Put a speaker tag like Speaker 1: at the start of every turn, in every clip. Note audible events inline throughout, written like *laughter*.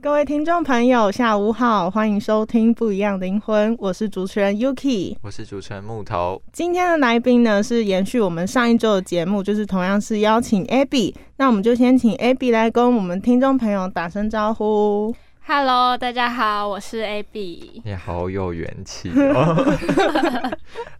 Speaker 1: 各位听众朋友，下午好，欢迎收听《不一样的灵魂》，我是主持人 Yuki。
Speaker 2: 我是主持人木头。
Speaker 1: 今天的来宾呢是延续我们上一周的节目，就是同样是邀请 Abby，那我们就先请 Abby 来跟我们听众朋友打声招呼。
Speaker 3: Hello，大家好，我是 AB。
Speaker 2: 你好有元气哦！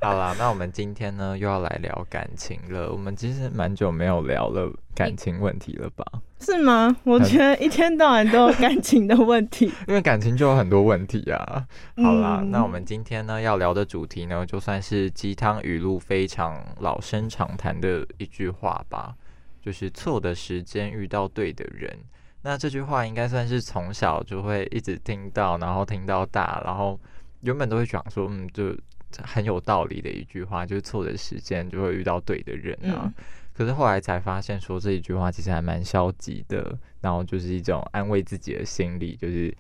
Speaker 2: 好啦，那我们今天呢又要来聊感情了。我们其实蛮久没有聊了感情问题了吧？
Speaker 1: 是吗？我觉得一天到晚都有感情的问题。
Speaker 2: 因为感情就有很多问题啊。好啦，
Speaker 1: 嗯
Speaker 2: 那我们今天呢要聊的主题呢，就算是鸡汤语录非常老生常谈的一句话吧，就是错的时间遇到对的人。那这句话应该算是从小就会一直听到，然后听到大，然后原本都会想说，嗯，就很有道理的一句话，就是错的时间就会遇到对的人啊。
Speaker 1: 嗯
Speaker 2: 可是后来才发现，说这一句话其实还蛮消极的，然后就是一种安慰自己的心理，就是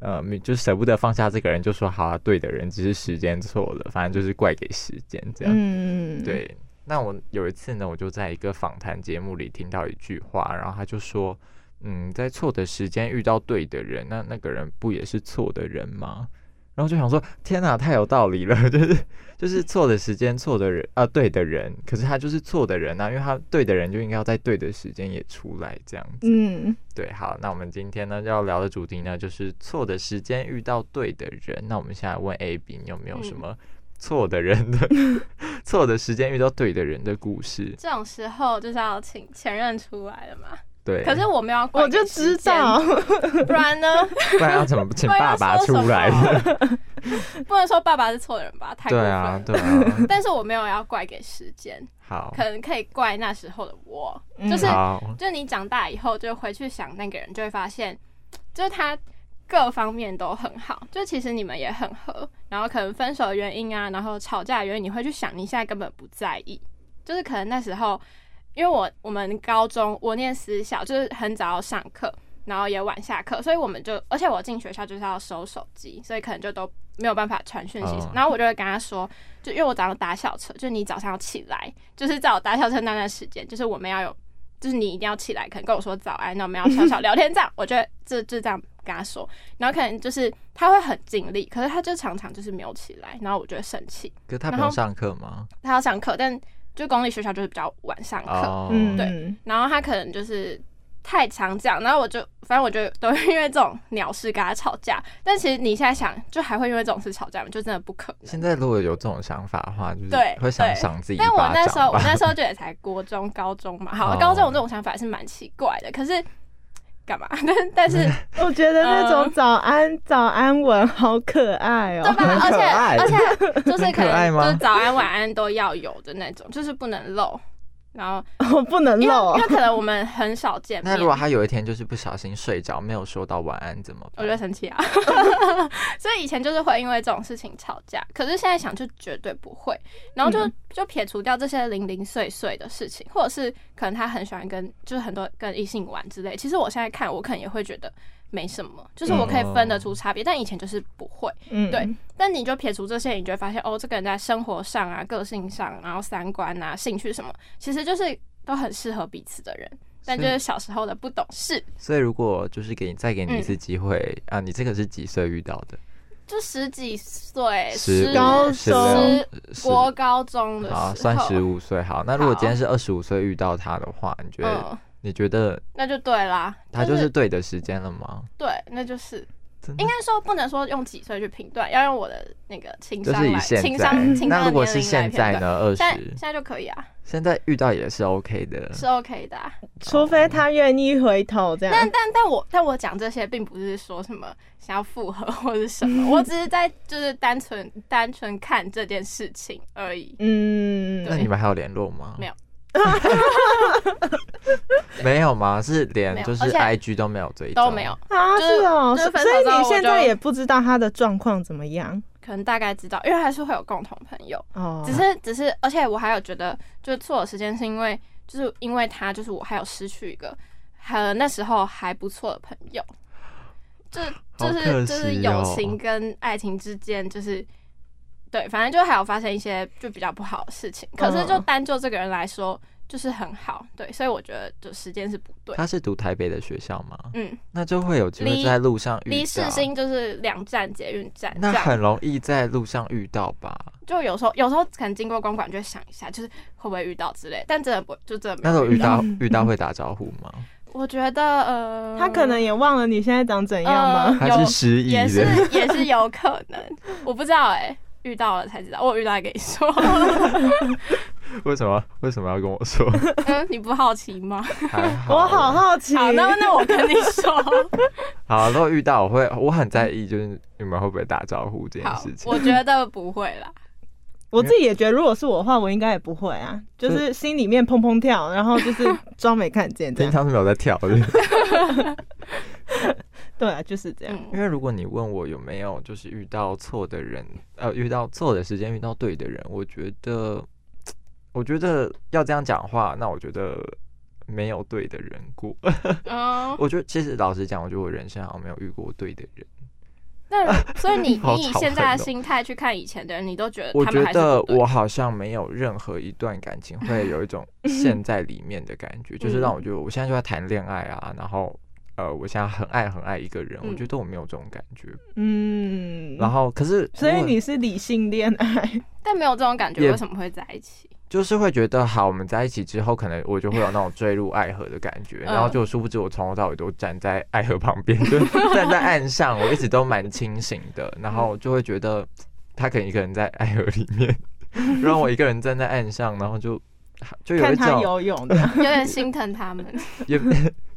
Speaker 2: 呃，没就是舍不得放下这个人，就说好啊，对的人，只是时间错了，反正就是怪给时间这样。
Speaker 1: 嗯，，
Speaker 2: 啊对，那我有一次呢，我就在一个访谈节目里听到一句话，然后他就说，嗯，在错的时间遇到对的人，那那个人不也是错的人吗？然后就想说，天哪，太有道理了， *laughs* 就是就是错的时间，错的人啊，对的人，可是他就是错的人啊，因为他对的人就应该要在对的时间也出来这样子。
Speaker 1: 嗯，
Speaker 2: 对，好，那我们今天呢要聊的主题呢，就是错的时间遇到对的人。那我们现在问 A B，你有没有什
Speaker 3: 嗯
Speaker 2: 么错的人
Speaker 3: *laughs*
Speaker 2: 的、错的时间遇到对的人的故事？
Speaker 3: 这种时候就是要请前任出来了嘛。
Speaker 2: 对，
Speaker 3: 可是我们要怪
Speaker 1: 我
Speaker 3: 给
Speaker 1: 就知
Speaker 3: 时间，
Speaker 1: 道，
Speaker 3: 不然呢？
Speaker 2: 不然
Speaker 3: *laughs*
Speaker 2: 要怎么 *laughs* 请
Speaker 3: 不然
Speaker 2: 爸
Speaker 3: 要
Speaker 2: 爸
Speaker 3: 说
Speaker 2: 出
Speaker 3: 什么
Speaker 2: 来？
Speaker 3: *laughs* 不能说爸爸是错的人吧，太过
Speaker 2: 对
Speaker 3: 分
Speaker 2: 啊
Speaker 3: 了，。 *laughs*
Speaker 2: 对啊，
Speaker 3: 但是我没有要怪给时间，
Speaker 2: 好，
Speaker 3: 可能可以怪那时候的我，
Speaker 1: 嗯
Speaker 3: 就是
Speaker 2: 好，
Speaker 3: 就你长大以后，就回去想那个人，就会发现，就是他各方面都很好，就其实你们也很合，然后可能分手的原因啊，然后吵架的原因，你会去想，你现在根本不在意，就是可能那时候，因为我我们高中我念私校，就是很早要上课，然后也晚下课，所以我们就，而且我进学校就是要收手机，所以可能就都没有办法传讯息什么
Speaker 2: 哦
Speaker 3: 然后我就会跟他说，就因为我早上搭校车，就是你早上要起来，就是在我搭校车那段时间，就是我们要有，就是你一定要起来，可能跟我说早安，那我们要小小聊天这样，我觉得这就这样跟他说，然后可能就是他会很尽力，可是他就常常就是没有起来，然后我就会生气，
Speaker 2: 可是他不
Speaker 3: 然
Speaker 2: 用
Speaker 3: 后
Speaker 2: 上课吗？
Speaker 3: 他要上课，但就公立学校就是比较晚上课，
Speaker 2: 哦，
Speaker 1: 嗯，
Speaker 3: 对
Speaker 1: 对，
Speaker 3: 然后他可能就是太常这样，然后我就反正我就都会因为这种鸟事跟他吵架。但其实你现在想，就还会因为这种事吵架吗？就真的不可能。
Speaker 2: 现在如果有这种想法的话，就是
Speaker 3: 对
Speaker 2: 会想
Speaker 3: 对
Speaker 2: 赏自己一
Speaker 3: 但我
Speaker 2: 巴
Speaker 3: 那时候，
Speaker 2: 掌
Speaker 3: 我
Speaker 2: 吧。
Speaker 3: 那时候就也才国中、高中嘛。好，
Speaker 2: 哦
Speaker 3: 高中我这种想法是蛮奇怪的，可是干嘛？ *laughs* 但但是
Speaker 1: 我觉得那种
Speaker 3: 嗯
Speaker 1: 早安、早安文好可爱
Speaker 3: 对
Speaker 1: 哦。 *laughs*
Speaker 3: 吧？ *laughs* 而
Speaker 2: 可爱
Speaker 3: 且而且就是
Speaker 2: 很
Speaker 3: 可
Speaker 2: 可爱
Speaker 3: 能
Speaker 2: 吗
Speaker 3: 就是早安晚安都要有的那种，就是不能漏。然后
Speaker 1: 我哦不能
Speaker 3: 因为
Speaker 1: 漏
Speaker 3: 因，为可能我们很少见
Speaker 2: 那
Speaker 3: 面
Speaker 2: 如，果他有一天就是不小心睡着，没有说到晚安怎么
Speaker 3: 我就
Speaker 2: 办？
Speaker 3: 生气
Speaker 2: *laughs*
Speaker 3: 啊！所以以前就是会因为这种事情吵架，可是现在想就绝对不会。然后就、
Speaker 1: 嗯
Speaker 3: 就撇除掉这些零零碎碎的事情，或者是可能他很喜欢跟就是很多跟异性玩之类。其实我现在看，我可能也会觉得没什么，就是我可以分得出差别，但以前就是不会。
Speaker 1: 嗯，
Speaker 3: 对但你就撇除这些，你就会发现哦，这个人在生活上啊、个性上，然后三观啊、兴趣什么，其实就是都很适合彼此的人。但就是小时候的不懂事，
Speaker 2: 所以如果就是给你再给你一
Speaker 3: 嗯
Speaker 2: 次机会、啊，你这个是几岁遇到的？
Speaker 3: 就十几岁、
Speaker 2: 十
Speaker 3: 十
Speaker 1: 高
Speaker 2: 十
Speaker 1: 中
Speaker 2: 十
Speaker 3: 国高中的时
Speaker 2: 啊，
Speaker 3: 候，嗯
Speaker 2: 算十五岁好。那如果
Speaker 3: 好
Speaker 2: 今天是二十五岁遇到他的话，你觉得
Speaker 3: 嗯，
Speaker 2: 你觉得
Speaker 3: 那就对啦，、
Speaker 2: 他就是嗯是对的时间了吗？
Speaker 3: 对，那就是
Speaker 2: 真的
Speaker 3: 应该说不能说用几岁去评断，要用我的那个情
Speaker 2: 就
Speaker 3: 商
Speaker 2: 是以
Speaker 3: 来，
Speaker 2: 现
Speaker 3: 情
Speaker 2: 在
Speaker 3: 商情商的年龄来
Speaker 2: 那如果是现
Speaker 3: 评
Speaker 2: 在
Speaker 3: 断？
Speaker 2: 呢？二
Speaker 3: 现在
Speaker 2: 十嗯
Speaker 3: 现在就可以啊，
Speaker 2: 现在遇到也是 OK 的。
Speaker 3: 是 OK 的、啊。
Speaker 1: 除非他愿意回头这样。
Speaker 3: 但但但我但我讲这些，并不是说什么想要复合或者什么，我只是在就是单纯单纯看这件事情而已。
Speaker 1: 嗯，
Speaker 2: 那你们还有联络吗？
Speaker 3: 没有，
Speaker 2: *laughs* 没有吗？是
Speaker 3: 没
Speaker 2: 连
Speaker 3: 有
Speaker 2: 就是
Speaker 3: 而且
Speaker 2: IG 都没有追踪，
Speaker 3: 都没有，，
Speaker 1: 啊，
Speaker 3: 就是
Speaker 1: 是哦，
Speaker 3: 就是
Speaker 1: 所
Speaker 3: 分手之
Speaker 1: 以
Speaker 3: 后
Speaker 1: 你
Speaker 3: 我
Speaker 1: 现在
Speaker 3: 就
Speaker 1: 也不知道他的状况怎么样
Speaker 3: 可能大概知道，因为还是会有共同朋友。
Speaker 2: 嗯
Speaker 1: 哦。
Speaker 3: 只是只是，而且我还有觉得，就是错的时间是因为，就是因为他，就是我还有失去一个，呃，那时候还不错的朋友，就
Speaker 2: 好
Speaker 3: 就
Speaker 2: 可
Speaker 3: 是就是
Speaker 2: 惜
Speaker 3: 友
Speaker 2: 哦
Speaker 3: 情跟爱情之间，就是对，反正就还有发生一些就比较不好的事情。可是就
Speaker 1: 嗯
Speaker 3: 单就这个人来说，就是很好，对，所以我觉得就时间是不对。
Speaker 2: 他是读台北的学校吗？
Speaker 3: 嗯，
Speaker 2: 那就会有机会
Speaker 3: 离
Speaker 2: 在路上遇
Speaker 3: 离市
Speaker 2: 到，
Speaker 3: 心就是两站捷运站，这
Speaker 2: 那
Speaker 3: 样
Speaker 2: 很容易在路上遇到吧？
Speaker 3: 就有时候有时候可能经过公馆就会想一下，就是会不会遇到之类，但真的不就真的没
Speaker 2: 那时候遇
Speaker 3: 遇到。
Speaker 2: 到
Speaker 1: 嗯
Speaker 2: 遇到会打招呼
Speaker 3: *laughs*
Speaker 2: 吗？
Speaker 3: 我觉得呃，
Speaker 1: 他可能也忘了你现在长怎样吗？
Speaker 2: 还
Speaker 3: 有
Speaker 2: 是失忆
Speaker 3: 也是
Speaker 2: 的？
Speaker 3: 也是有可能，我不知道哎、遇到了才知道，我有遇到也跟你
Speaker 1: *laughs*
Speaker 3: 说，
Speaker 2: *laughs* 为什么为什么要跟我
Speaker 3: *laughs*
Speaker 2: 说？
Speaker 3: 嗯，你不好奇吗？
Speaker 2: 还好
Speaker 1: *laughs* 我好
Speaker 2: 啦
Speaker 1: 好奇。
Speaker 3: 呃好，那那我跟你
Speaker 1: *laughs*
Speaker 3: 说，
Speaker 2: 好，如果遇到我会我很在意，就是你们会不会打招呼这件
Speaker 3: 好
Speaker 2: 事，情。
Speaker 3: 我觉得不会啦，
Speaker 1: 我自己也觉得，如果是我的话，我应该也不会啊，就是心里面砰砰跳，然后就是装没看见这
Speaker 2: 平 *laughs*
Speaker 1: 样。
Speaker 2: 常是没有在跳
Speaker 3: *laughs*
Speaker 2: 的，
Speaker 1: 对啊，就是这样。
Speaker 2: 因
Speaker 3: 嗯，
Speaker 2: 为如果你问我有没有就是遇到错的人，呃，遇到错的时间遇到对的人，我觉得，我觉得要这样讲话，那我觉得没有对的人过。
Speaker 3: 嗯，
Speaker 2: 我觉得其实老实讲，我觉得我人生好像没有遇过对的人。
Speaker 3: 那所以你
Speaker 2: *laughs* 好
Speaker 3: 你以
Speaker 2: 讨
Speaker 3: 现在
Speaker 2: 厌
Speaker 3: 的
Speaker 2: 哦
Speaker 3: 心态去看以前的人，你都觉得
Speaker 2: 我
Speaker 3: 呃他
Speaker 2: 觉
Speaker 3: 们还是
Speaker 2: 得
Speaker 3: 不对
Speaker 2: 我好像没有任何一段感情会有
Speaker 3: *laughs*
Speaker 2: 一种陷在里面的感觉，就是
Speaker 3: 嗯
Speaker 2: 让我觉得我现在就在谈恋爱啊，然后呃，我现在很爱很爱一个人，我
Speaker 3: 嗯
Speaker 2: 觉得我没有这种感觉。
Speaker 1: 嗯，
Speaker 2: 然后可是
Speaker 1: 所以
Speaker 2: 我
Speaker 1: 你是理性恋 *laughs* 爱，
Speaker 3: 但没有这种感
Speaker 2: 也
Speaker 3: 觉，为什么会在一
Speaker 2: *laughs*
Speaker 3: 起？
Speaker 2: 就是会觉得好，我们在一起之后，可能我就会有那种坠入爱河的感觉，
Speaker 3: 嗯
Speaker 2: 然后就殊不知我从头到尾都站在爱河旁边， *laughs* 就站在岸上，我一直都蛮清醒的，然后就会觉得他可能一个人在爱河里面， *laughs* 然后我一个人站在岸上，然后就就有
Speaker 1: 看
Speaker 2: 一 *laughs*
Speaker 1: 他
Speaker 2: 种
Speaker 1: 游泳的，
Speaker 3: 有点心疼他们，
Speaker 2: 也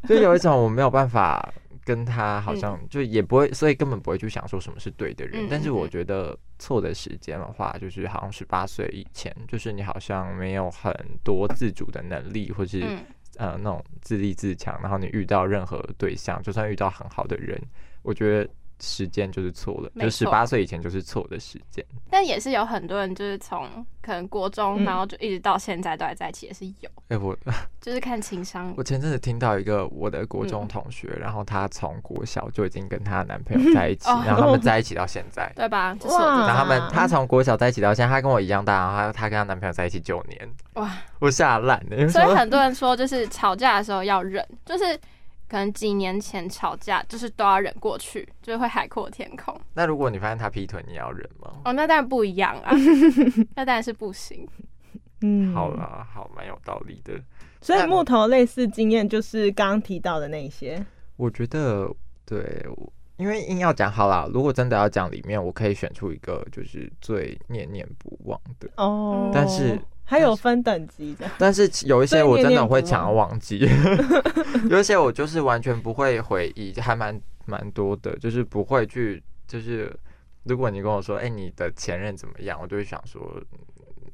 Speaker 2: 就有一种我没有办法跟他好像就也不会，所以根本不会去想说什么是对的人
Speaker 3: 嗯。
Speaker 2: 但是我
Speaker 3: 嗯嗯
Speaker 2: 觉得错的时间的话，就是好像十八岁以前，就是你好像没有很多自主的能力，或是
Speaker 3: 嗯，
Speaker 2: 呃那种自立自强，然后你遇到任何对象，就算遇到很好的人，我觉得。时间就是错了，
Speaker 3: 没
Speaker 2: 就十
Speaker 3: 错
Speaker 2: 八岁以前就是错的时间。
Speaker 3: 但也是有很多人就是从可能国中，
Speaker 1: 嗯
Speaker 3: 然后就一直到现在都还在一起，也是有，
Speaker 2: 哎、我 *laughs*
Speaker 3: 就是看情商
Speaker 2: 我前阵子听到一个我的国
Speaker 3: 嗯
Speaker 2: 中同学，然后她从国小就已经跟她男朋友在一起，
Speaker 3: 哦嗯
Speaker 2: 然后他们在一起到现
Speaker 3: *laughs*
Speaker 2: 在，
Speaker 3: 对吧？就是
Speaker 1: 哇
Speaker 2: 然后他们
Speaker 1: 啊
Speaker 2: 她从国小在一起到现在，她跟我一样大，然后她她跟她男朋友在一起九年，
Speaker 3: 哇，
Speaker 2: 我吓烂了，因为
Speaker 3: 所以
Speaker 2: 说
Speaker 3: 很多人说，就是吵架的时候要忍，就是可能几年前吵架，就是都要忍过去，就是会海阔天空。
Speaker 2: 那如果你发现他劈腿，你要忍吗？
Speaker 3: *laughs* 哦，那当然不一样啊， *laughs* 那当然是不行。
Speaker 1: 嗯，
Speaker 2: 好。啦，好，蛮有道理的。
Speaker 1: 所以木头类似经验就是刚刚提到的那一些，
Speaker 2: 我觉得对，我因为硬要讲好啦，如果真的要讲里面，我可以选出一个就是最念念不忘的，
Speaker 1: 哦，
Speaker 2: 但是
Speaker 1: 还有分等级的，
Speaker 2: 但是有一些我真的会
Speaker 1: 最念念不忘
Speaker 2: 想要
Speaker 1: *laughs*
Speaker 2: 忘记，有一些我就是完全不会回忆，还蛮蛮多的，就是不会去，就是如果你跟我说，哎、你的前任怎么样，我就会想说，
Speaker 1: 嗯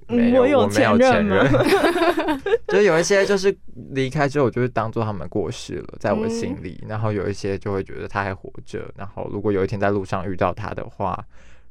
Speaker 2: 没有，
Speaker 1: 我有
Speaker 2: 没有前
Speaker 1: 前任
Speaker 2: 任
Speaker 1: 吗，
Speaker 2: *laughs* 就是有一些就是离开之后，我就会当做他们过世了，在我心里，然后有一些就会觉得他还活着，然后如果有一天在路上遇到他的话，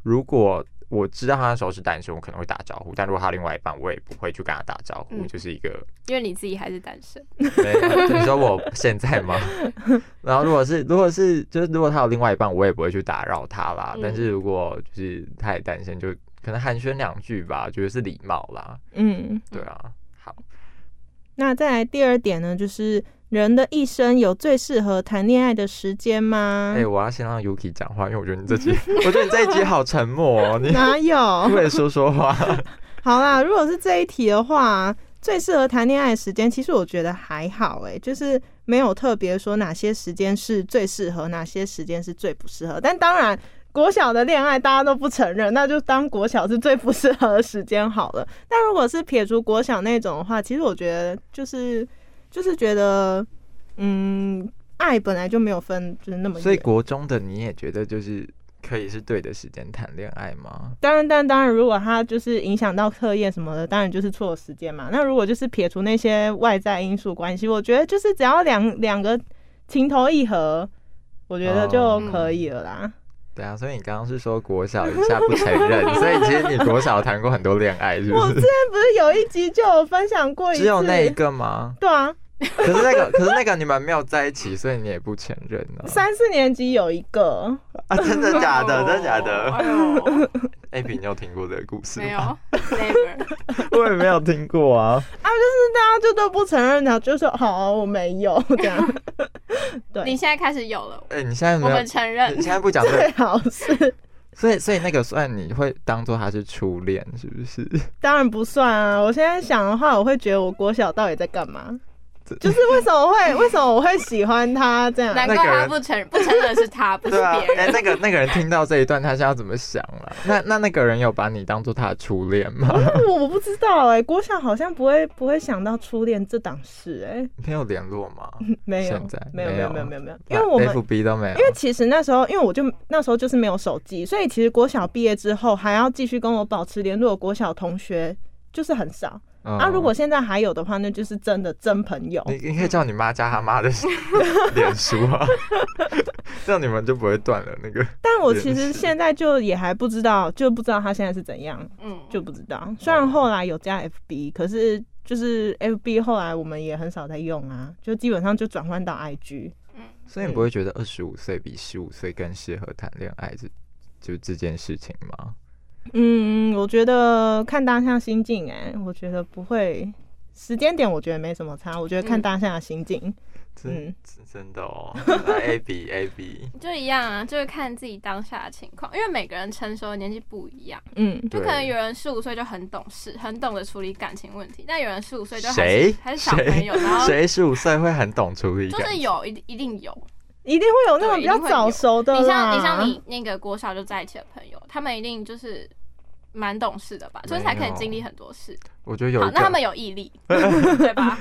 Speaker 2: 如果我知道他那时候是单身，我可能会打招呼；但如果他另外一半，我也不会去跟他打招呼，
Speaker 3: 嗯
Speaker 2: 就是一个
Speaker 3: 因为你自己还是单身，
Speaker 2: 没有，你说我现在吗？ *laughs* 然后如果是如果是就是如果他有另外一半，我也不会去打扰他啦。
Speaker 3: 嗯
Speaker 2: 但是如果就是他也单身，就可能寒暄两句吧，觉得是礼貌啦。
Speaker 1: 嗯，
Speaker 2: 对啊，好，
Speaker 1: 那再来第二点呢，就是人的一生有最适合谈恋爱的时间吗？
Speaker 2: 哎、我要先让 Yuki 讲话，因为我觉得
Speaker 1: *laughs*
Speaker 2: 你这集，我觉得你这一集好沉默哦，你
Speaker 1: 哪有？
Speaker 2: 可不可以说说话？
Speaker 1: *laughs* 好啦，如果是这一题的话，最适合谈恋爱的时间，其实我觉得还好哎、就是没有特别说哪些时间是最适合，哪些时间是最不适合。但当然，国小的恋爱大家都不承认，那就当国小是最不适合的时间好了。但如果是撇除国小那种的话，其实我觉得就是就是觉得，嗯，爱本来就没有分就是那么
Speaker 2: 所以
Speaker 1: 远。
Speaker 2: 国中的你也觉得就是可以是对的时间谈恋爱吗？
Speaker 1: 当然，但当然，如果他就是影响到课业什么的，当然就是错的时间嘛。那如果就是撇除那些外在因素关系，我觉得就是只要两两个情投意合，我觉得就可以了啦。
Speaker 2: 对啊，所以你刚刚是说国小一下不承认，
Speaker 1: *laughs*
Speaker 2: 所以其实你国小谈过很多恋爱，是不
Speaker 1: 我之
Speaker 2: 是？
Speaker 1: 前不是有一集就有分享过一次，欸
Speaker 2: 只有那一个吗？
Speaker 1: 对啊，
Speaker 2: 可是那个，可是那个你们没有在一起，所以你也不承认啊？
Speaker 1: 三哦四年级有一个，
Speaker 2: 啊，真的假的？
Speaker 3: 哎呦
Speaker 2: 真的假
Speaker 1: *laughs*
Speaker 2: 的
Speaker 3: 哎呦
Speaker 2: a b 你有听过这个故事
Speaker 3: 没有
Speaker 2: 吗？
Speaker 3: ，never。
Speaker 2: 我也没有听过啊。
Speaker 1: 大家就都不承认了，就说好、我没有这样。 *laughs* 对
Speaker 3: 你现在开始有了，
Speaker 2: 哎、你现在
Speaker 3: 我
Speaker 2: 没有
Speaker 3: 们，承认
Speaker 2: 你现在不讲这
Speaker 1: 最
Speaker 2: 个，
Speaker 1: 好是，
Speaker 2: 所以所以那个算你会当做他是初恋，是不是？
Speaker 1: 当然不算啊。我现在想的话，我会觉得我国小到底在干嘛？就是为什么会 *laughs* 为什么我会喜欢他这样？
Speaker 3: 难
Speaker 2: 那
Speaker 3: 怪
Speaker 2: 个
Speaker 3: 他
Speaker 2: 人
Speaker 3: 不承不承认是
Speaker 2: *laughs*
Speaker 3: 他，不是
Speaker 2: 对啊
Speaker 3: 别，人。
Speaker 2: 哎、那个那个人听到这一段，他是要怎么想啊？那那那个人有把你当做他的初恋吗？
Speaker 1: 我我不知道哎、国小好像不会不会想到初恋这档事哎、
Speaker 2: *laughs* 没有联络吗？
Speaker 1: 没有
Speaker 2: 现在
Speaker 1: 没有
Speaker 2: 没
Speaker 1: 没
Speaker 2: 有
Speaker 1: 有没有没有没有，因为我们
Speaker 2: F B 都没有，
Speaker 1: 因为其实那时候，因为我就那时候就是没有手机，所以其实国小毕业之后还要继续跟我保持联络的国小同学就是很少、
Speaker 2: 嗯
Speaker 1: 啊。如果现在还有的话，那就是真的真朋友。
Speaker 2: 你你可以叫你妈加他妈的脸书
Speaker 1: *laughs*
Speaker 2: 啊，这样你们就不会断了那个。
Speaker 1: 但我其
Speaker 2: 也
Speaker 1: 实
Speaker 2: 是
Speaker 1: 现在就也还不知道，就不知道他现在是怎样，
Speaker 3: 嗯，
Speaker 1: 就不知道。虽然后来有加 FB，可是就是 FB 后来我们也很少在用啊，就基本上就转换到 IG。
Speaker 2: 所以你不会觉
Speaker 1: 嗯
Speaker 2: 得二十五岁比十五岁更适合谈恋爱这就这件事情吗？
Speaker 1: 嗯，我觉得看当下心境、哎，我觉得不会。时间点我觉得没什么差，我觉得看
Speaker 3: 嗯
Speaker 1: 当下的心境。
Speaker 2: 真、
Speaker 1: 嗯
Speaker 2: 真真的哦，A B A
Speaker 1: *laughs*
Speaker 2: B，
Speaker 3: 就一样啊，就是看自己当下的情况，因为每个人成熟的年纪不一样，
Speaker 1: 嗯，
Speaker 3: 就可能
Speaker 2: 对
Speaker 3: 有人十五岁就很懂事，很懂得处理感情问题，但有人十五岁就还
Speaker 2: 谁
Speaker 3: 是还是小朋友，然
Speaker 1: 啊
Speaker 3: 后
Speaker 2: 谁十五岁会很懂处理
Speaker 3: 就
Speaker 2: 感
Speaker 3: 是
Speaker 2: 情？
Speaker 3: 有一定一定有。
Speaker 1: 一定会有那种
Speaker 3: 对
Speaker 1: 比
Speaker 3: 一定
Speaker 1: 较
Speaker 3: 会
Speaker 1: 早
Speaker 3: 有
Speaker 1: 熟
Speaker 2: 啊
Speaker 1: 的
Speaker 3: 你像
Speaker 1: 啦。
Speaker 3: 你像你那个国小就在一起的朋友，他们一定就是蛮懂事的吧，就是才可以经历很多事。
Speaker 2: 我觉得有
Speaker 3: 好
Speaker 2: 一，
Speaker 3: 那他
Speaker 2: 个，
Speaker 3: 们有毅
Speaker 2: *laughs*
Speaker 3: 力，对吧？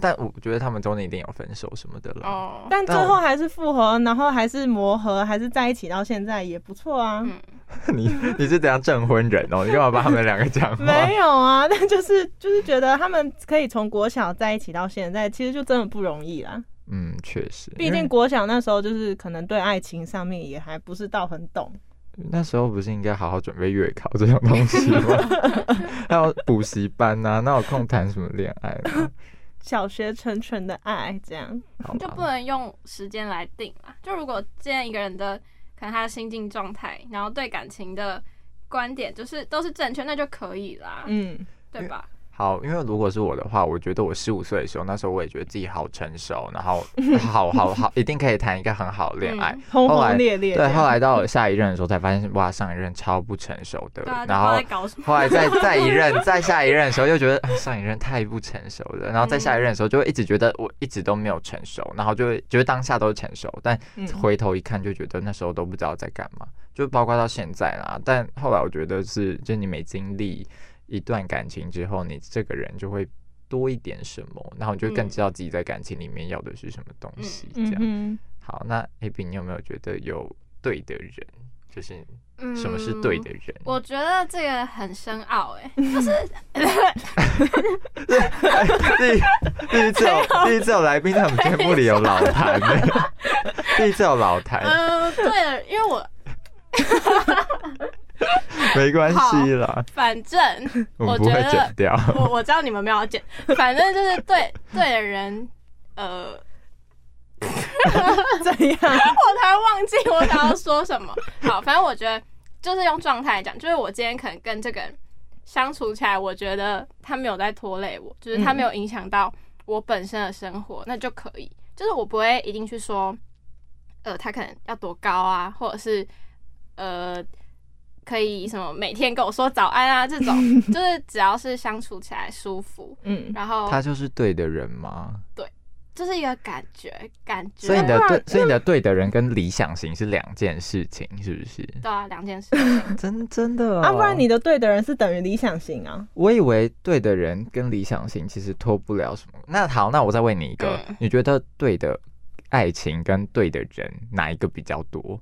Speaker 2: 但我觉得他们中间一定有分手什么的啦。
Speaker 3: 哦，
Speaker 1: 但最
Speaker 2: 但我
Speaker 1: 后还是复合，然后还是磨合，还是在一起到现在也不错啊。
Speaker 3: 嗯，
Speaker 2: *laughs* 你你是怎样证婚人哦？你干嘛帮他们两个
Speaker 3: *laughs*
Speaker 2: 讲话？
Speaker 1: 没有啊， *laughs* 但就是就是觉得他们可以从国小在一起到现在，其实就真的不容易啦。
Speaker 2: 嗯，确实，
Speaker 1: 毕
Speaker 2: 因为
Speaker 1: 竟国小那时候就是可能对爱情上面也还不是到很懂。
Speaker 2: 那时候不是应该好好准备月考这种东西吗？
Speaker 3: *laughs*
Speaker 2: 还有补习班呐、那有空谈什么恋爱
Speaker 3: *laughs*
Speaker 2: 呢？
Speaker 1: 小学纯纯的爱这样，
Speaker 2: 好
Speaker 3: 就
Speaker 2: 吧
Speaker 3: 不能用时间来定啦。就如果今天一个人的可能他的心境状态，然后对感情的观点就是都是正确，那就可以啦，
Speaker 1: 嗯，
Speaker 3: 对吧？
Speaker 2: 好，因为如果是我的话，我觉得我十五岁的时候，那时候我也觉得自己好成熟，
Speaker 3: *laughs*
Speaker 2: 然后好好好，一定可以谈一个很好的恋爱。
Speaker 3: 嗯
Speaker 1: 轰
Speaker 2: 后来
Speaker 1: 轰烈烈这
Speaker 2: 对，
Speaker 1: 样。
Speaker 2: 后来到我下一任的时候，才发现哇，上一任超不成熟的，
Speaker 3: 对啊，就不
Speaker 2: 然
Speaker 3: 知道
Speaker 2: 后
Speaker 3: 在搞什么。
Speaker 2: 后来再再一任，再下一任的时候，又觉得啊上一任太不成熟了，然后再下一任的时候，就会一直觉得我一直都没有成熟，然后就会觉得当下都是成熟，但
Speaker 1: 嗯
Speaker 2: 回头一看就觉得那时候都不知道在干嘛，就包括到现在啦。但后来我觉得是，就你每经历一段感情之后，你这个人就会多一点什么，然后你就会更
Speaker 3: 嗯
Speaker 2: 知道自己在感情里面要的是什么东西。这
Speaker 1: 嗯
Speaker 2: 样
Speaker 1: 哼，
Speaker 2: 好，那 A B，你有没有觉得有对的人，就是
Speaker 3: 嗯
Speaker 2: 什么是对的人？
Speaker 3: 我觉得这个很深奥哎、
Speaker 2: 第一第一次有第一次有来宾在我们节目里有老谭、欸，第一次有老谭，
Speaker 3: 嗯，对了，因为我
Speaker 2: *laughs* 没关系啦，
Speaker 3: 反正
Speaker 2: 我们
Speaker 3: 我
Speaker 2: 不
Speaker 3: 觉
Speaker 2: 会
Speaker 3: 得嗯
Speaker 2: 剪掉。
Speaker 3: 我我知道你们没有要剪，反正就是对对的人，呃，
Speaker 1: *laughs* 怎样？
Speaker 3: 我突然忘记我想要说什么。 *laughs* 好，反正我觉得就是用状态讲，就是我今天可能跟这个人相处起来，我觉得他没有在拖累我，就是他没有影响到我本身的生活，那就可以。就是我不会一定去说，呃，他可能要多高啊，或者是呃，可以什么每天跟我说早安啊这种，就是只要是相处起来舒服，
Speaker 1: 嗯，
Speaker 3: 然后
Speaker 2: 他就是对的人吗？
Speaker 3: 就是一个感觉，感觉。
Speaker 2: 所以你的
Speaker 1: 那
Speaker 2: 对，所以你的对的人跟理想型是两件事情，是不是？
Speaker 3: 对啊，两件事。
Speaker 2: 真真的、哦？
Speaker 1: 啊，不然你的对的人是等于理想型啊。
Speaker 2: 我以为对的人跟理想型其实脱不了什么。那好，那我再问你一个，
Speaker 3: 嗯
Speaker 2: 你觉得对的爱情跟对的人哪一个比较多？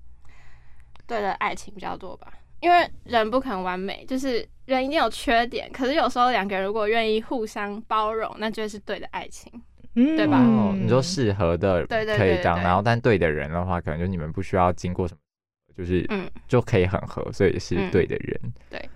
Speaker 3: 对的爱情比较多吧，因为人不可能完美，就是人一定有缺点。可是有时候两个人如果愿意互相包容，那就是对的爱情。
Speaker 1: 嗯，
Speaker 3: 对吧
Speaker 2: 哦，你说适合的
Speaker 3: 对对对
Speaker 2: 可以
Speaker 3: 对
Speaker 2: 当，
Speaker 3: 对
Speaker 2: 然后但对的人的话，可能就你们不需要经过什么，就是
Speaker 3: 嗯
Speaker 2: 就可以很合，所以是
Speaker 3: 嗯
Speaker 2: 对的人。
Speaker 3: 对，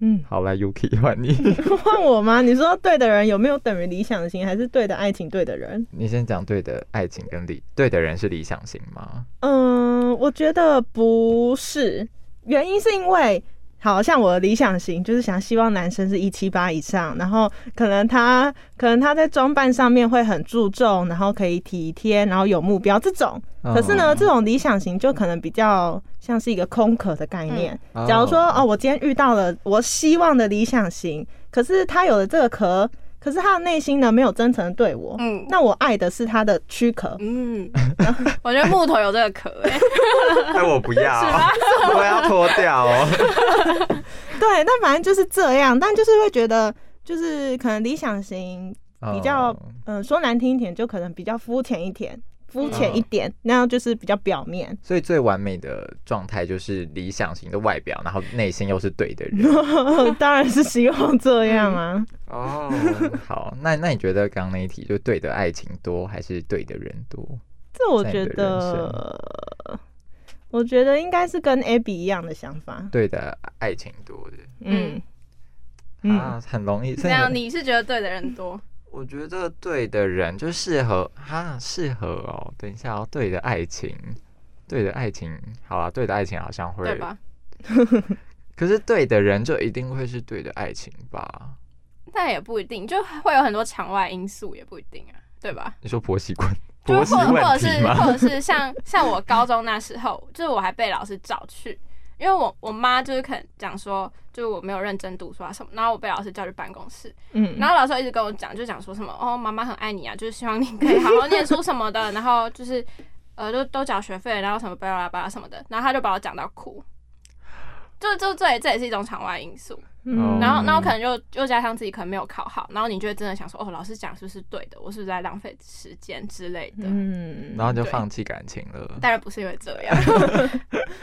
Speaker 1: 嗯， *laughs*
Speaker 2: 好来，Yuki 换你， *laughs*
Speaker 1: 换我吗？你说对的人有没有等于理想型，还是对的爱情对的人？
Speaker 2: 你先讲对的爱情跟理对的人是理想型吗？
Speaker 1: 嗯，我觉得不是，原因是因为。好像我的理想型就是想希望男生是一七八以上，然后可能他可能他在装扮上面会很注重，然后可以体贴，然后有目标这种。可是呢，
Speaker 2: 哦
Speaker 1: 这种理想型就可能比较像是一个空壳的概念。
Speaker 2: 哦
Speaker 1: 假如说哦，我今天遇到了我希望的理想型，可是他有了这个壳，可是他的内心呢没有真诚地对我，
Speaker 3: 嗯
Speaker 1: 那我爱的是他的躯壳。
Speaker 3: *laughs* 嗯，我觉得木头有这个壳、 *laughs* 欸，
Speaker 2: 哎，我
Speaker 3: *laughs*
Speaker 2: 不要， *laughs* 我要脱掉哦。
Speaker 1: *laughs* 对，但反正就是这样，但就是会觉得就是可能理想型比较
Speaker 2: *laughs* 哦
Speaker 1: 嗯，说难听一点，就可能比较肤浅一点，肤浅
Speaker 2: 嗯
Speaker 1: 一点，那样就是比较表面。 *laughs*
Speaker 2: 所以最完美的状态就是理想型的外表，然后内心又是对的
Speaker 1: *laughs*
Speaker 2: 人。
Speaker 1: 呃当然是希望这样啊。
Speaker 2: 哦，好，那那你觉得刚刚那一题就对的爱情多还是对的人多？
Speaker 1: 这我觉
Speaker 2: 在你的人生
Speaker 1: 得，我觉得应该是跟 Abby 一样的想法。
Speaker 2: 对的爱情多的、
Speaker 1: 嗯嗯
Speaker 2: 啊，很容易。
Speaker 3: 这
Speaker 2: 这
Speaker 3: 样你是觉得对的人多，
Speaker 2: 我觉得对的人就适合哈，适合哦。等一下哦，对的爱情，对的爱情，好啊，对的爱情好像
Speaker 3: 对
Speaker 2: 会，
Speaker 3: 吧？
Speaker 2: 可是对的人就一定会是对的爱情吧？
Speaker 3: 但也不一定，就会有很多场外因素，也不一定啊，对吧？
Speaker 2: 你说婆媳关，
Speaker 3: 就
Speaker 2: 婆媳
Speaker 3: 或或者
Speaker 2: 问题
Speaker 3: 是
Speaker 2: 吗？
Speaker 3: 或者是像像我高中那时候，就是我还被老师叫去，因为我我妈就是可能讲说，就是我没有认真读书啊什么，然后我被老师叫去办公室，
Speaker 1: 嗯，
Speaker 3: 然后老师一直跟我讲，就讲说什么哦，妈妈很爱你啊，就是希望你可以好好念书什么的，然 *laughs* 后就是呃，就都缴学费，然后什么巴拉巴拉什么的，然后他就把我讲到哭，就就这也这也是一种场外因素。
Speaker 1: 嗯
Speaker 3: 然后，
Speaker 2: 嗯
Speaker 3: 然后可能就又加上自己可能没有考好，然后你就会真的想说，哦，老师讲是不是对的？我是不是在浪费时间之类的？
Speaker 1: 嗯，
Speaker 2: 然后就
Speaker 3: 对
Speaker 2: 放弃感情了。
Speaker 3: 当然不是因为这
Speaker 1: *laughs*
Speaker 3: 样，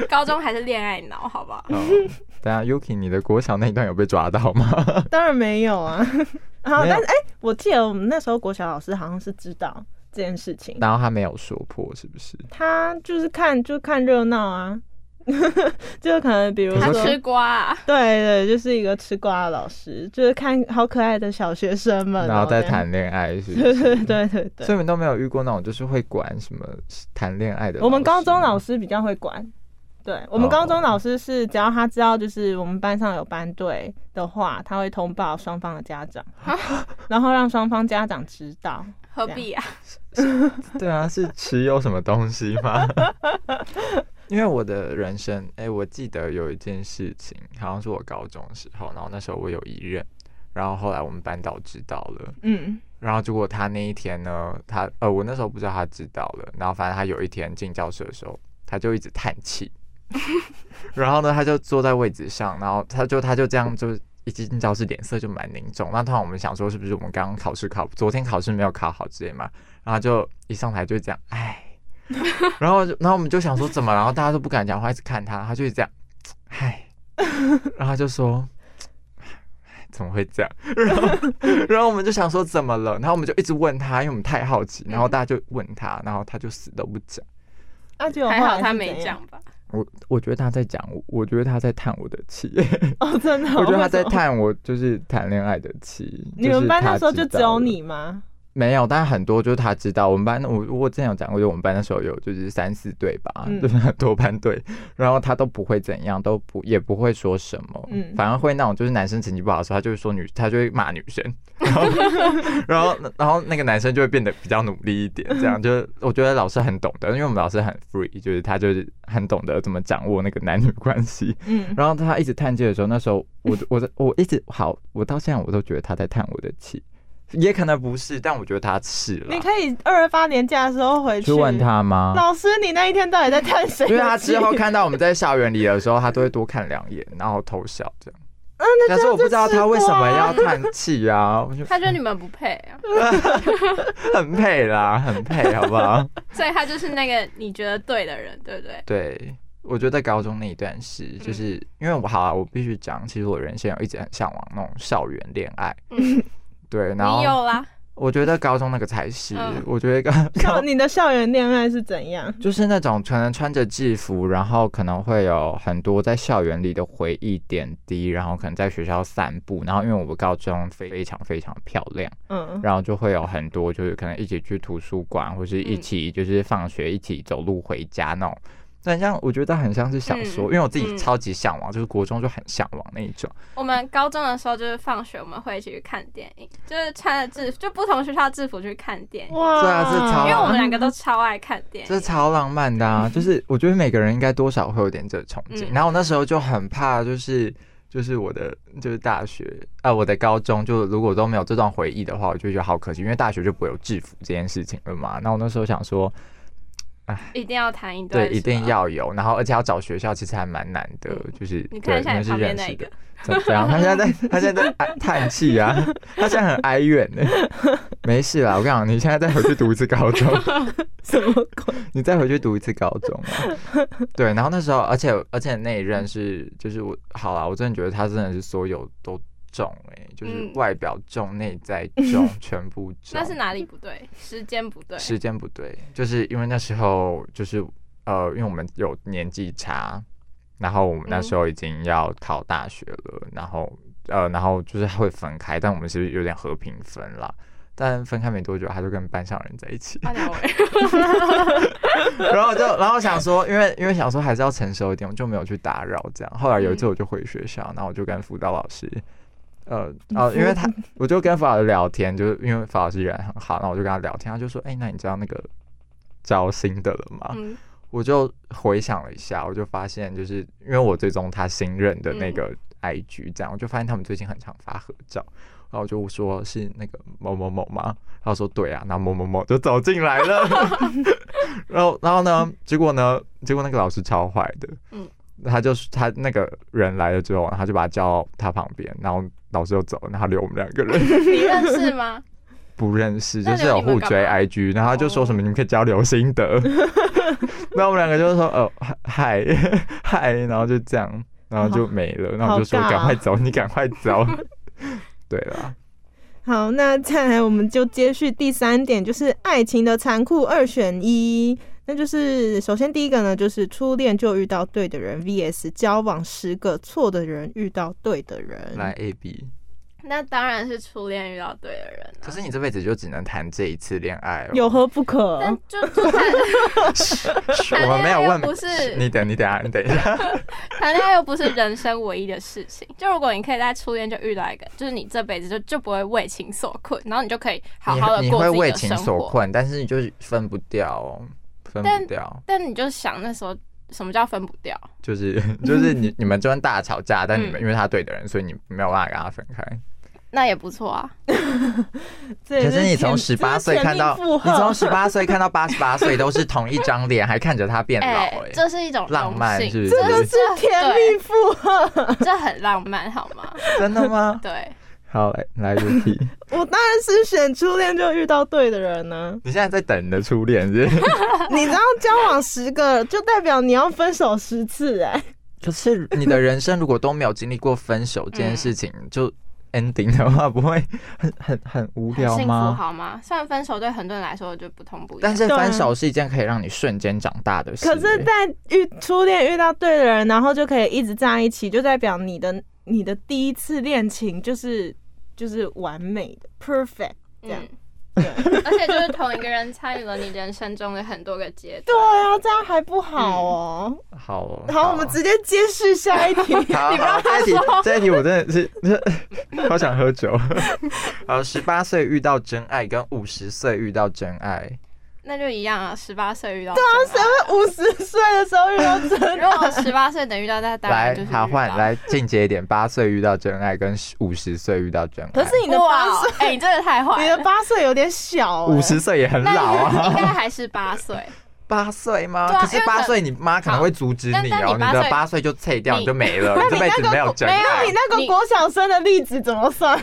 Speaker 3: 高中还是恋爱脑，好不好？
Speaker 1: 嗯
Speaker 2: 哦，等一下 Yuki，你的国小那一段有被抓到吗？
Speaker 1: 当然没有
Speaker 2: *laughs*
Speaker 1: 啊。然后，
Speaker 2: 没有
Speaker 1: 但是哎、我记得我们那时候国小老师好像是知道这件事情，
Speaker 2: 然后他没有说破，是不是？
Speaker 1: 他就是看就看热闹啊， *laughs* 就可能比如
Speaker 3: 他
Speaker 1: 说
Speaker 3: 吃瓜、啊，
Speaker 1: 对对，就是一个吃瓜的老师，就是看好可爱的小学生们、哦
Speaker 2: 然后再
Speaker 1: 这样。
Speaker 2: 谈恋爱，是不
Speaker 1: 对
Speaker 2: 是？
Speaker 1: 对对对
Speaker 2: 所以
Speaker 1: 对，
Speaker 2: 你们都没有遇过那种就是会管什么谈恋爱的。
Speaker 1: 我们高中老
Speaker 2: 师
Speaker 1: 师比较会管。对我们
Speaker 2: 哦
Speaker 1: 高中老师是，只要他知道就是我们班上有班队的话，他会通报双方的家长， *laughs* 然后让双方家长知道。
Speaker 3: 何必啊？
Speaker 2: 吗 *laughs* 对啊，是持有什么东西吗？ *laughs* 因为我的人生，哎、我记得有一件事情，好像是我高中的时候，然后那时候我有一任，然后后来我们班导知道了，
Speaker 1: 嗯
Speaker 2: 然后结果他那一天呢，他呃，我那时候不知道他知道了，然后反正他有一天进教室的时候，他就一直叹气，然后呢，他就坐在位置上，然后他就他就这样就一进教室脸色就蛮凝重。那通常我们想说是不是我们刚刚考试考昨天考试没有考好之类嘛，然后他就一上台就这样，唉，然后就然后我们就想说怎么，然后大家都不敢讲话，一直看他，他就这样，唉，然后他就说。唉怎么会这样？然后，然后我们就想说怎么了？然后我们就一直问他，因为我们太好奇。
Speaker 1: 嗯
Speaker 2: 然后大家就问他，然后他就死都不讲。
Speaker 1: 啊，结果
Speaker 3: 还
Speaker 1: 后来
Speaker 3: 好
Speaker 1: 是
Speaker 3: 他
Speaker 1: 怎
Speaker 3: 没
Speaker 1: 样
Speaker 3: 讲吧。
Speaker 2: 我我觉得他在讲我，我觉得他在叹我的气，
Speaker 1: *laughs*
Speaker 2: *laughs*
Speaker 1: 哦，真的哦。
Speaker 2: 我觉得
Speaker 1: 为
Speaker 2: 他
Speaker 1: 什
Speaker 2: 在
Speaker 1: 么
Speaker 2: 叹我就是谈恋爱的气。
Speaker 1: 你们班那时候
Speaker 2: 是他
Speaker 1: 就
Speaker 2: 知
Speaker 1: 只
Speaker 2: 道
Speaker 1: 有
Speaker 2: 了
Speaker 1: 你吗？
Speaker 2: 没有，但很多就是他知道。我们班我我之前有讲过，就我们班那时候有就是三四队吧，
Speaker 1: 嗯
Speaker 2: 就是很多班队，然后他都不会怎样，都不也不会说什么，
Speaker 1: 嗯
Speaker 2: 反而会那种就是男生成绩不好的时候，他就会说女，他就会骂女生， *laughs* 然后然后然后那个男生就会变得比较努力一点，这样就是我觉得老师很懂得，因为我们老师很 free，就是他就是很懂得怎么掌握那个男女关系，
Speaker 1: *laughs* 嗯，
Speaker 2: 然后他一直叹气的时候，那时候我我在我一直好，我到现在我都觉得他在叹我的气，也可能不是，但我觉得他是了
Speaker 1: 你。可以二二八年假的时候回去
Speaker 2: 去问他吗？
Speaker 1: 老师，你那一天到底在看谁？
Speaker 2: 因为他之后，看到我们在校园里的时候，他都会多看两眼，然后偷笑这样。但是我不知道他为什么要叹气啊，我就
Speaker 3: 他觉得你们不配啊，
Speaker 2: 很配啦，很配，好不好？
Speaker 3: 所以他就是那个你觉得对的人，对不对？
Speaker 2: 对，我觉得高中那一段是，就是因为我好啊，我必
Speaker 3: 嗯
Speaker 2: *laughs* 须讲，其实我人生有一直很向往那种校园恋爱。对，然后
Speaker 3: 你有啦，
Speaker 2: 我觉得高中那个才是，
Speaker 3: 嗯
Speaker 2: 我觉得高
Speaker 1: 校
Speaker 2: 高
Speaker 1: 你的校园恋爱是怎样？
Speaker 2: 就是那种可能穿着制服，然后可能会有很多在校园里的回忆点滴，然后可能在学校散步，然后因为我们高中非常非常漂亮，
Speaker 1: 嗯，
Speaker 2: 然后就会有很多就是可能一起去图书馆，或是一
Speaker 3: 嗯
Speaker 2: 起就是放学一起走路回家那种。但像我觉得很像是小说，
Speaker 3: 嗯
Speaker 2: 因为我自己
Speaker 3: 嗯
Speaker 2: 超级向往，就是国中就很向往那一种。
Speaker 3: 我们高中的时候就是放学我们会一起去看电影，就是穿着制服，就不同学校制服去看电影，
Speaker 1: 哇
Speaker 2: 对啊是超
Speaker 3: 因
Speaker 2: 好
Speaker 3: 为
Speaker 2: 浪
Speaker 3: 我们两个都超爱看电
Speaker 2: 这
Speaker 3: 影。
Speaker 2: 超浪漫的啊！ *laughs* 就是我觉得每个人应该多少会有点这个憧憬。
Speaker 3: 嗯
Speaker 2: 然后我那时候就很怕，就是就是我的就是大学啊，我的高中就如果都没有这段回忆的话，我就觉得好可惜，因为大学就不会有制服这件事情了嘛。那我那时候想说，
Speaker 3: 一定要谈一段，
Speaker 2: 对，一定。要有，然后而且要找学校其实还蛮难的，就是
Speaker 3: 嗯你看
Speaker 2: 对，
Speaker 3: 一下
Speaker 2: 那
Speaker 3: 你
Speaker 2: 是
Speaker 3: 旁边
Speaker 2: 认
Speaker 3: 那
Speaker 2: 识
Speaker 3: 一个
Speaker 2: 的。， *laughs* 怎怎样？他现在
Speaker 1: *laughs*
Speaker 2: 在，他现在在哀叹气啊， *laughs* 他现在很哀怨呢。
Speaker 1: *laughs*
Speaker 2: 没事啦，我跟你讲，你现在再回去读一次高中，
Speaker 1: 什么鬼？
Speaker 2: 你再回去读一次高中、啊，
Speaker 1: *laughs*
Speaker 2: 对，然后那时候，而且而且那一任是，就是我，好啦，我真的觉得他真的是所有都中、欸，就是
Speaker 3: 嗯
Speaker 2: 外表重，内在
Speaker 1: *laughs*
Speaker 2: 重，全部中。
Speaker 3: 那是哪里不对？时间不对。
Speaker 2: 时间不对，就是因为那时候就是呃，因为我们有年纪差，然后我们那时候已经要考大学了，然后呃，然后就是会分开，但我们是有点和平分啦。但分开没多久，他就跟班上人在一起，
Speaker 3: 啊
Speaker 2: *laughs*
Speaker 3: 两位
Speaker 2: 然后就然后想说，因为因为想说还是要成熟一点，我就没有去打扰这样。后来有一次我就回学校，然后我就跟辅导老师，呃哦，因为他我就跟辅导聊天，就是因为辅导老师人很好，然后我就跟他聊天，他就说，哎、那你知道那个招新的了吗？
Speaker 3: 嗯，
Speaker 2: 我就回想了一下，我就发现，就是因为我追踪他新任的那个 IG，这样、我就发现他们最近很常发合照，然后我就说是那个某某某吗？然后说对啊，然后某某某就走进来了， *laughs* 然后然后呢，结果呢，结果那个老师超坏的，
Speaker 3: 嗯
Speaker 2: 他就是他那个人来了之后，然后他就把他叫到他旁边，然后老师就走了，然后留我们两个人。
Speaker 3: 你认识
Speaker 2: *laughs*
Speaker 3: 吗？
Speaker 2: 不认识，
Speaker 3: 那留
Speaker 2: 就是有
Speaker 3: 你们
Speaker 2: 互
Speaker 3: 干
Speaker 2: 追
Speaker 3: 嘛哦
Speaker 2: IG，然后他就说什么你们可以交流
Speaker 3: *laughs*
Speaker 2: 心得， *laughs* 那我们两个就是说哦嗨 *laughs* 嗨，然后就这样，然后就没了，那我就说
Speaker 1: 好尬哦
Speaker 2: 赶快走，你赶快
Speaker 3: *laughs*
Speaker 2: 走，对啦，
Speaker 1: 好，那再来我们就接续第三点，就是爱情的残酷二选一。那就是首先第一个呢，就是初恋就遇到对的人 vs 交往十个错的人遇到对的人。
Speaker 2: 来 A B，
Speaker 3: 那当然是初恋遇到对的人啊了、
Speaker 2: 可是你这辈子就只能谈这一次恋爱哦，
Speaker 1: 有何不可？
Speaker 3: 但就就算
Speaker 2: *laughs* 我们没有问
Speaker 3: 谈恋爱又不是
Speaker 2: 你等你等一下你等一下，
Speaker 3: 谈恋爱又不是人生唯一的事情。就如果你可以在初恋就遇到一个，就是你这辈子就就不会为情所困，然后你就可以 *laughs* 好好的
Speaker 2: 你你会
Speaker 3: 过
Speaker 2: 为
Speaker 3: 自己
Speaker 2: 情
Speaker 3: 的生
Speaker 2: 所
Speaker 3: 活。
Speaker 2: 困，但是你就是分不掉哦，分
Speaker 3: 但
Speaker 2: 不掉。
Speaker 3: 但你就想那时候什么叫分不掉？
Speaker 2: 就是 *laughs* 就是你你们就算大吵架，但你们
Speaker 3: 嗯
Speaker 2: 因为他对的人，所以你没有办法跟他分开。
Speaker 3: 那也不错啊。
Speaker 1: 这也
Speaker 2: 可是你
Speaker 1: 前
Speaker 2: 从十八岁看到，
Speaker 1: 这是前命负
Speaker 2: 你
Speaker 1: 荷
Speaker 2: 从十八岁看到八十八岁都是同一张脸，还看着他变老、哎、
Speaker 3: 这是一种
Speaker 2: 浪漫
Speaker 3: 荣幸
Speaker 2: 是不
Speaker 1: 这个
Speaker 2: 是？
Speaker 1: 是甜蜜负荷。
Speaker 3: 这很浪漫好吗？
Speaker 2: 真的吗？
Speaker 3: 对，
Speaker 2: *laughs* 好，来来如题，
Speaker 1: 我当然是选初恋就遇到对的人 *laughs* 呢、
Speaker 2: *laughs* 你现在在等你的初恋是不是？ *laughs*
Speaker 1: 你知道交往十个，就代表你要分手十次哎、
Speaker 2: 可是你的人生如果都没有经历过分手这
Speaker 3: 嗯
Speaker 2: 件事情，就 ending 的话，不会很很很无
Speaker 3: 很
Speaker 2: 聊
Speaker 3: 幸福
Speaker 2: 吗？
Speaker 3: 好吗？虽然分手对很多人来说就不痛不痒，
Speaker 2: 但是
Speaker 1: 对啊
Speaker 2: 分手是一件可以让你瞬间长大的事、
Speaker 1: 可是
Speaker 2: 哎，
Speaker 1: 在遇初恋遇到对的人，然后就可以一直在一起，就代表你的你的第一次恋情就是就是完美的 perfect。这样 *laughs*
Speaker 3: 嗯，而且就是同一个人参与了你人生中的很多个阶
Speaker 1: 对
Speaker 3: 段。
Speaker 1: 啊，这样还不好哦。
Speaker 2: 好哦，
Speaker 1: 好，我们直接接续下一 *laughs* 题。
Speaker 2: 好，好，这一题，这一题我真的是， *laughs* 好想喝酒。呃，十八岁遇到真爱跟五十岁遇到真爱，
Speaker 3: 那就一样啊，十八岁遇到
Speaker 1: 对啊，谁
Speaker 3: 真爱
Speaker 1: 会五十岁的时候遇到真
Speaker 3: *laughs*
Speaker 1: 爱？
Speaker 3: 如果十八岁能遇到，那当然
Speaker 2: 来
Speaker 3: 就是，遇
Speaker 2: 好
Speaker 3: 到
Speaker 2: 换。来进阶一点，八岁遇到真爱跟五十岁遇到真爱。
Speaker 1: 可是你的八
Speaker 3: 哇
Speaker 1: 岁，，
Speaker 3: 哎、你真的太坏
Speaker 1: 你
Speaker 3: 了
Speaker 1: 的。八岁有点小、欸。
Speaker 2: 五十岁也很
Speaker 3: 那
Speaker 2: 老
Speaker 3: 你应
Speaker 2: 啊，
Speaker 3: 该还是八 *laughs* 岁，
Speaker 2: 八岁吗？
Speaker 3: 对啊
Speaker 2: 可是
Speaker 3: 因为
Speaker 2: 八
Speaker 3: 可
Speaker 2: 岁你妈可能会阻止
Speaker 3: 但
Speaker 2: 你
Speaker 3: 但
Speaker 2: 哦，
Speaker 3: 你
Speaker 2: 你
Speaker 3: 八
Speaker 2: 的
Speaker 3: 岁
Speaker 2: 八岁就碎掉，
Speaker 3: 你
Speaker 2: 你就没
Speaker 3: *laughs*
Speaker 2: 了，你这辈子没有真
Speaker 1: 没有
Speaker 2: 爱
Speaker 1: 你。那个
Speaker 3: 你
Speaker 1: 国小生的例子怎么算？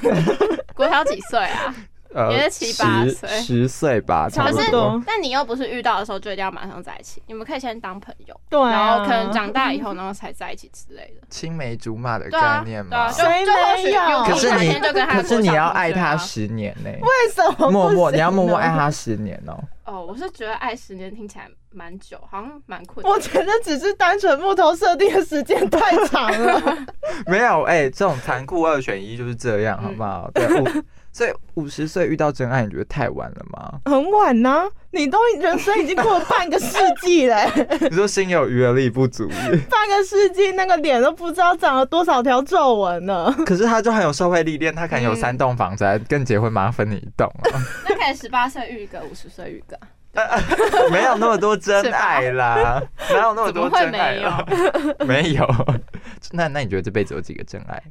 Speaker 3: 国小几岁啊？
Speaker 2: 呃
Speaker 3: 也是七八
Speaker 2: 十
Speaker 3: 岁
Speaker 2: 十岁吧，差
Speaker 3: 可
Speaker 2: 不
Speaker 3: 是
Speaker 2: 多。，
Speaker 3: 但你又不是遇到的时候就一定要马上在一起，你们可以先当朋友，
Speaker 1: 对啊，
Speaker 3: 然后可能长大以后，然后才在一起之类的。
Speaker 2: 青梅竹马的
Speaker 3: 对啊，
Speaker 2: 概
Speaker 3: 对
Speaker 2: 念
Speaker 3: 啊，
Speaker 2: 嘛。
Speaker 3: 就
Speaker 1: 谁
Speaker 3: 就或许
Speaker 1: 没有
Speaker 3: 有
Speaker 2: 可是
Speaker 3: 哪
Speaker 2: 你
Speaker 3: 天就跟他
Speaker 2: 可
Speaker 3: 过
Speaker 2: 是
Speaker 3: 上
Speaker 2: 你要
Speaker 3: 同
Speaker 2: 爱
Speaker 3: 学
Speaker 2: 他
Speaker 3: 啊
Speaker 2: 十年呢，
Speaker 1: 为什么
Speaker 2: *laughs* 默默
Speaker 1: 不行
Speaker 2: 你要默默爱
Speaker 1: 呢？
Speaker 2: 他十年哦。
Speaker 3: 哦，我是觉得爱十年听起来蛮久，好像蛮困难
Speaker 1: 我
Speaker 3: 的。
Speaker 1: 觉得只是单纯木头设定的时间太长 *laughs* 了，？
Speaker 2: *laughs* 没有，哎、这种残酷二选一就是这样，
Speaker 3: 嗯
Speaker 2: 好不 *laughs* 好？对，五所以五十岁遇到真爱，你觉得太晚了吗 *laughs*
Speaker 1: 很晚呢、你都人生已经过了半个世纪嘞、 *laughs*
Speaker 2: 你说心有余而力不 *laughs* 足也，
Speaker 1: 半个世纪那个脸都不知道长了多少条皱纹呢。
Speaker 2: 可是他就很有社会历练，他可能有
Speaker 3: 嗯
Speaker 2: 三栋房子，还跟结婚马上分你一栋 *laughs* 啊、
Speaker 3: 那可以十八岁遇一个，五十岁遇一个，
Speaker 2: 没有那么多真
Speaker 3: 是吧
Speaker 2: 爱啦，哪有那么
Speaker 3: 怎么
Speaker 2: 多
Speaker 3: 会
Speaker 2: 真
Speaker 3: 没
Speaker 2: 爱
Speaker 3: 有
Speaker 2: 啊？？ *laughs* 没有，那那你觉得这辈子有几个真爱？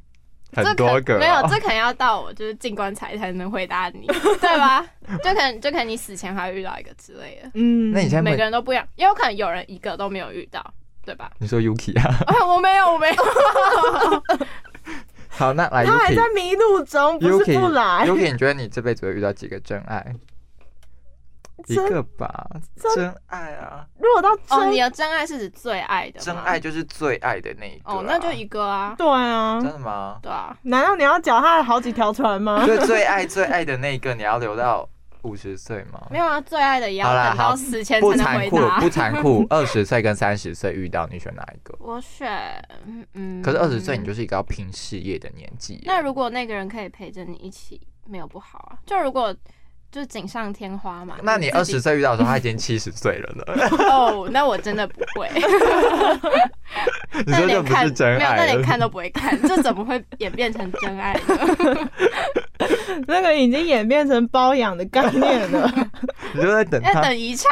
Speaker 3: 这
Speaker 2: 很多个、
Speaker 3: 可
Speaker 2: 哦，
Speaker 3: 没有，这可能要到我就是进棺材才能回答
Speaker 2: *laughs*
Speaker 3: 你，对吧？就可能就可能你死前还会遇到一个之类的，
Speaker 1: 嗯，
Speaker 2: 那你现在
Speaker 3: 每
Speaker 2: 没
Speaker 3: 个人都不一样，也有可能有人一个都没有遇到，对
Speaker 2: *laughs*
Speaker 3: 吧？
Speaker 2: 你说 Yuki 啊？
Speaker 3: 啊，我没有，我
Speaker 2: *laughs*
Speaker 3: 没有，
Speaker 2: 好，那来
Speaker 1: 他还
Speaker 2: Yuki。
Speaker 1: 在迷路中，不是
Speaker 2: Yuki
Speaker 1: 不来，
Speaker 2: Yuki，你觉得你这辈子会遇到几个真爱？一
Speaker 1: 真
Speaker 2: 个吧，
Speaker 1: 真
Speaker 2: 真爱啊，
Speaker 1: 如果到
Speaker 3: 哦，
Speaker 1: 真
Speaker 3: 你的真爱是指最爱的吗
Speaker 2: 真爱就是最爱的那一个啊、
Speaker 3: 哦，那就一个啊，
Speaker 1: 对啊
Speaker 2: 真，
Speaker 3: *laughs*
Speaker 2: 的吗？
Speaker 3: 对啊，
Speaker 1: 难道你要脚踏好几条船吗？
Speaker 2: 就最爱最爱的那一个，你要留到五十岁吗？
Speaker 3: 没有啊，最爱的也
Speaker 2: 好
Speaker 3: 要
Speaker 2: 啦
Speaker 3: 等到
Speaker 2: 好
Speaker 3: 死前
Speaker 2: 不
Speaker 3: 才能
Speaker 2: 残
Speaker 3: 回
Speaker 2: 酷，
Speaker 3: 答
Speaker 2: 不。残
Speaker 3: *laughs*
Speaker 2: 酷。二十岁跟三十岁遇到，你选哪一个？
Speaker 3: 我选，嗯嗯。
Speaker 2: 可是二十岁你就是一个要拼事业的年纪耶。
Speaker 3: 那如果那个人可以陪着你一起，没有不好啊。就如果就是锦上添花嘛。
Speaker 2: 那你二
Speaker 3: 自己
Speaker 2: 十岁遇到的时候，他已经七十岁
Speaker 3: *laughs*
Speaker 2: 了呢？
Speaker 3: 哦，那我真的不会。
Speaker 2: 你说这
Speaker 3: 连
Speaker 2: 不
Speaker 3: 看
Speaker 2: 是真
Speaker 3: 没有，那
Speaker 2: 爱
Speaker 3: 连
Speaker 2: 了？
Speaker 3: 看都不会看，这怎么会演变成真爱呢？
Speaker 1: *laughs* 那个已经演变成包养的概念了。
Speaker 2: 你就在等
Speaker 3: 要
Speaker 2: *laughs* 他，
Speaker 3: 等遗产。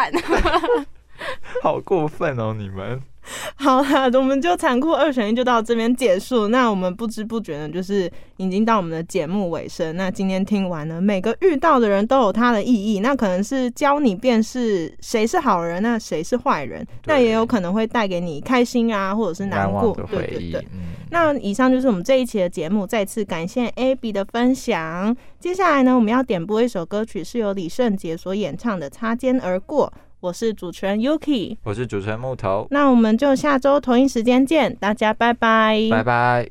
Speaker 2: 好过分哦！你们
Speaker 1: *laughs* 好啦，我们就残酷二选一就到这边结束。那我们不知不觉呢，就是已经到我们的节目尾声。那今天听完了，每个遇到的人都有他的意义。那可能是教你辨识谁是好人，那谁是坏人。
Speaker 2: 对
Speaker 1: 那也有可能会带给你开心啊，或者是难
Speaker 2: 难
Speaker 1: 过
Speaker 2: 忘的。
Speaker 1: 对
Speaker 2: 回
Speaker 1: 对
Speaker 2: 忆
Speaker 1: 对。。
Speaker 2: 嗯
Speaker 1: 那以上就是我们这一期的节目，再次感谢 Abby 的分享。接下来呢，我们要点播一首歌曲，是由李圣杰所演唱的《擦肩而过》。我是主持人 Yuki，
Speaker 2: 我是主持人木头，
Speaker 1: 那我们就下周同一时间见，大家拜拜，
Speaker 2: 拜拜。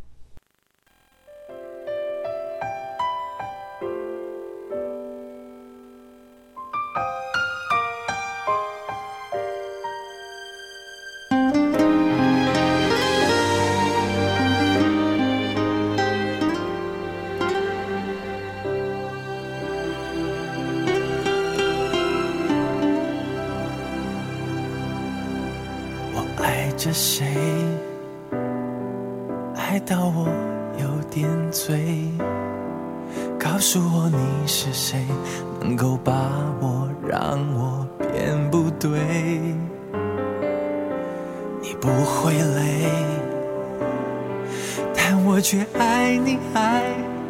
Speaker 4: 我爱着谁，爱到我有点醉。告诉我你是谁，能够把我让我变不对。你不会累，但我却爱你爱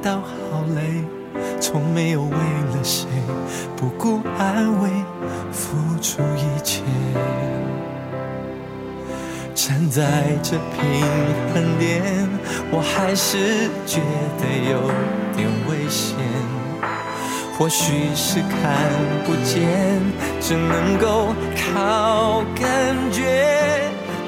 Speaker 4: 到好累，从没有为了谁不顾安慰，付出一切。站在这平衡点，我还是觉得有点危险。或许是看不见，只能够靠感觉。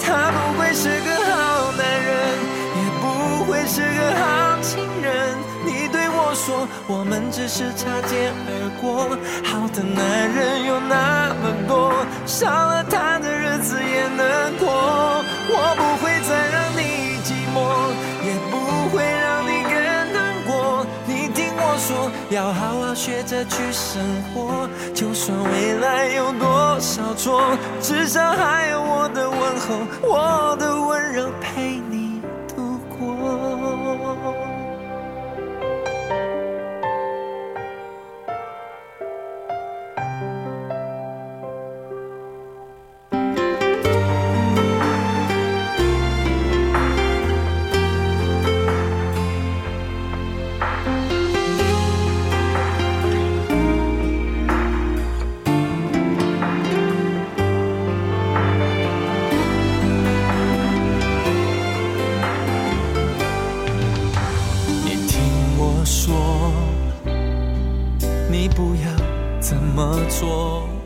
Speaker 4: 他不会是个好男人，也不会是个好情人。你对我说，我们只是擦肩而过。好的男人有那么多，少了他的日子也能过。我不会再让你寂寞，也不会让你更难过。你听我说，要好好学着去生活，就算未来有多少错，至少还有我的问候，我的温柔陪你度过。你听我说，你不要怎么做。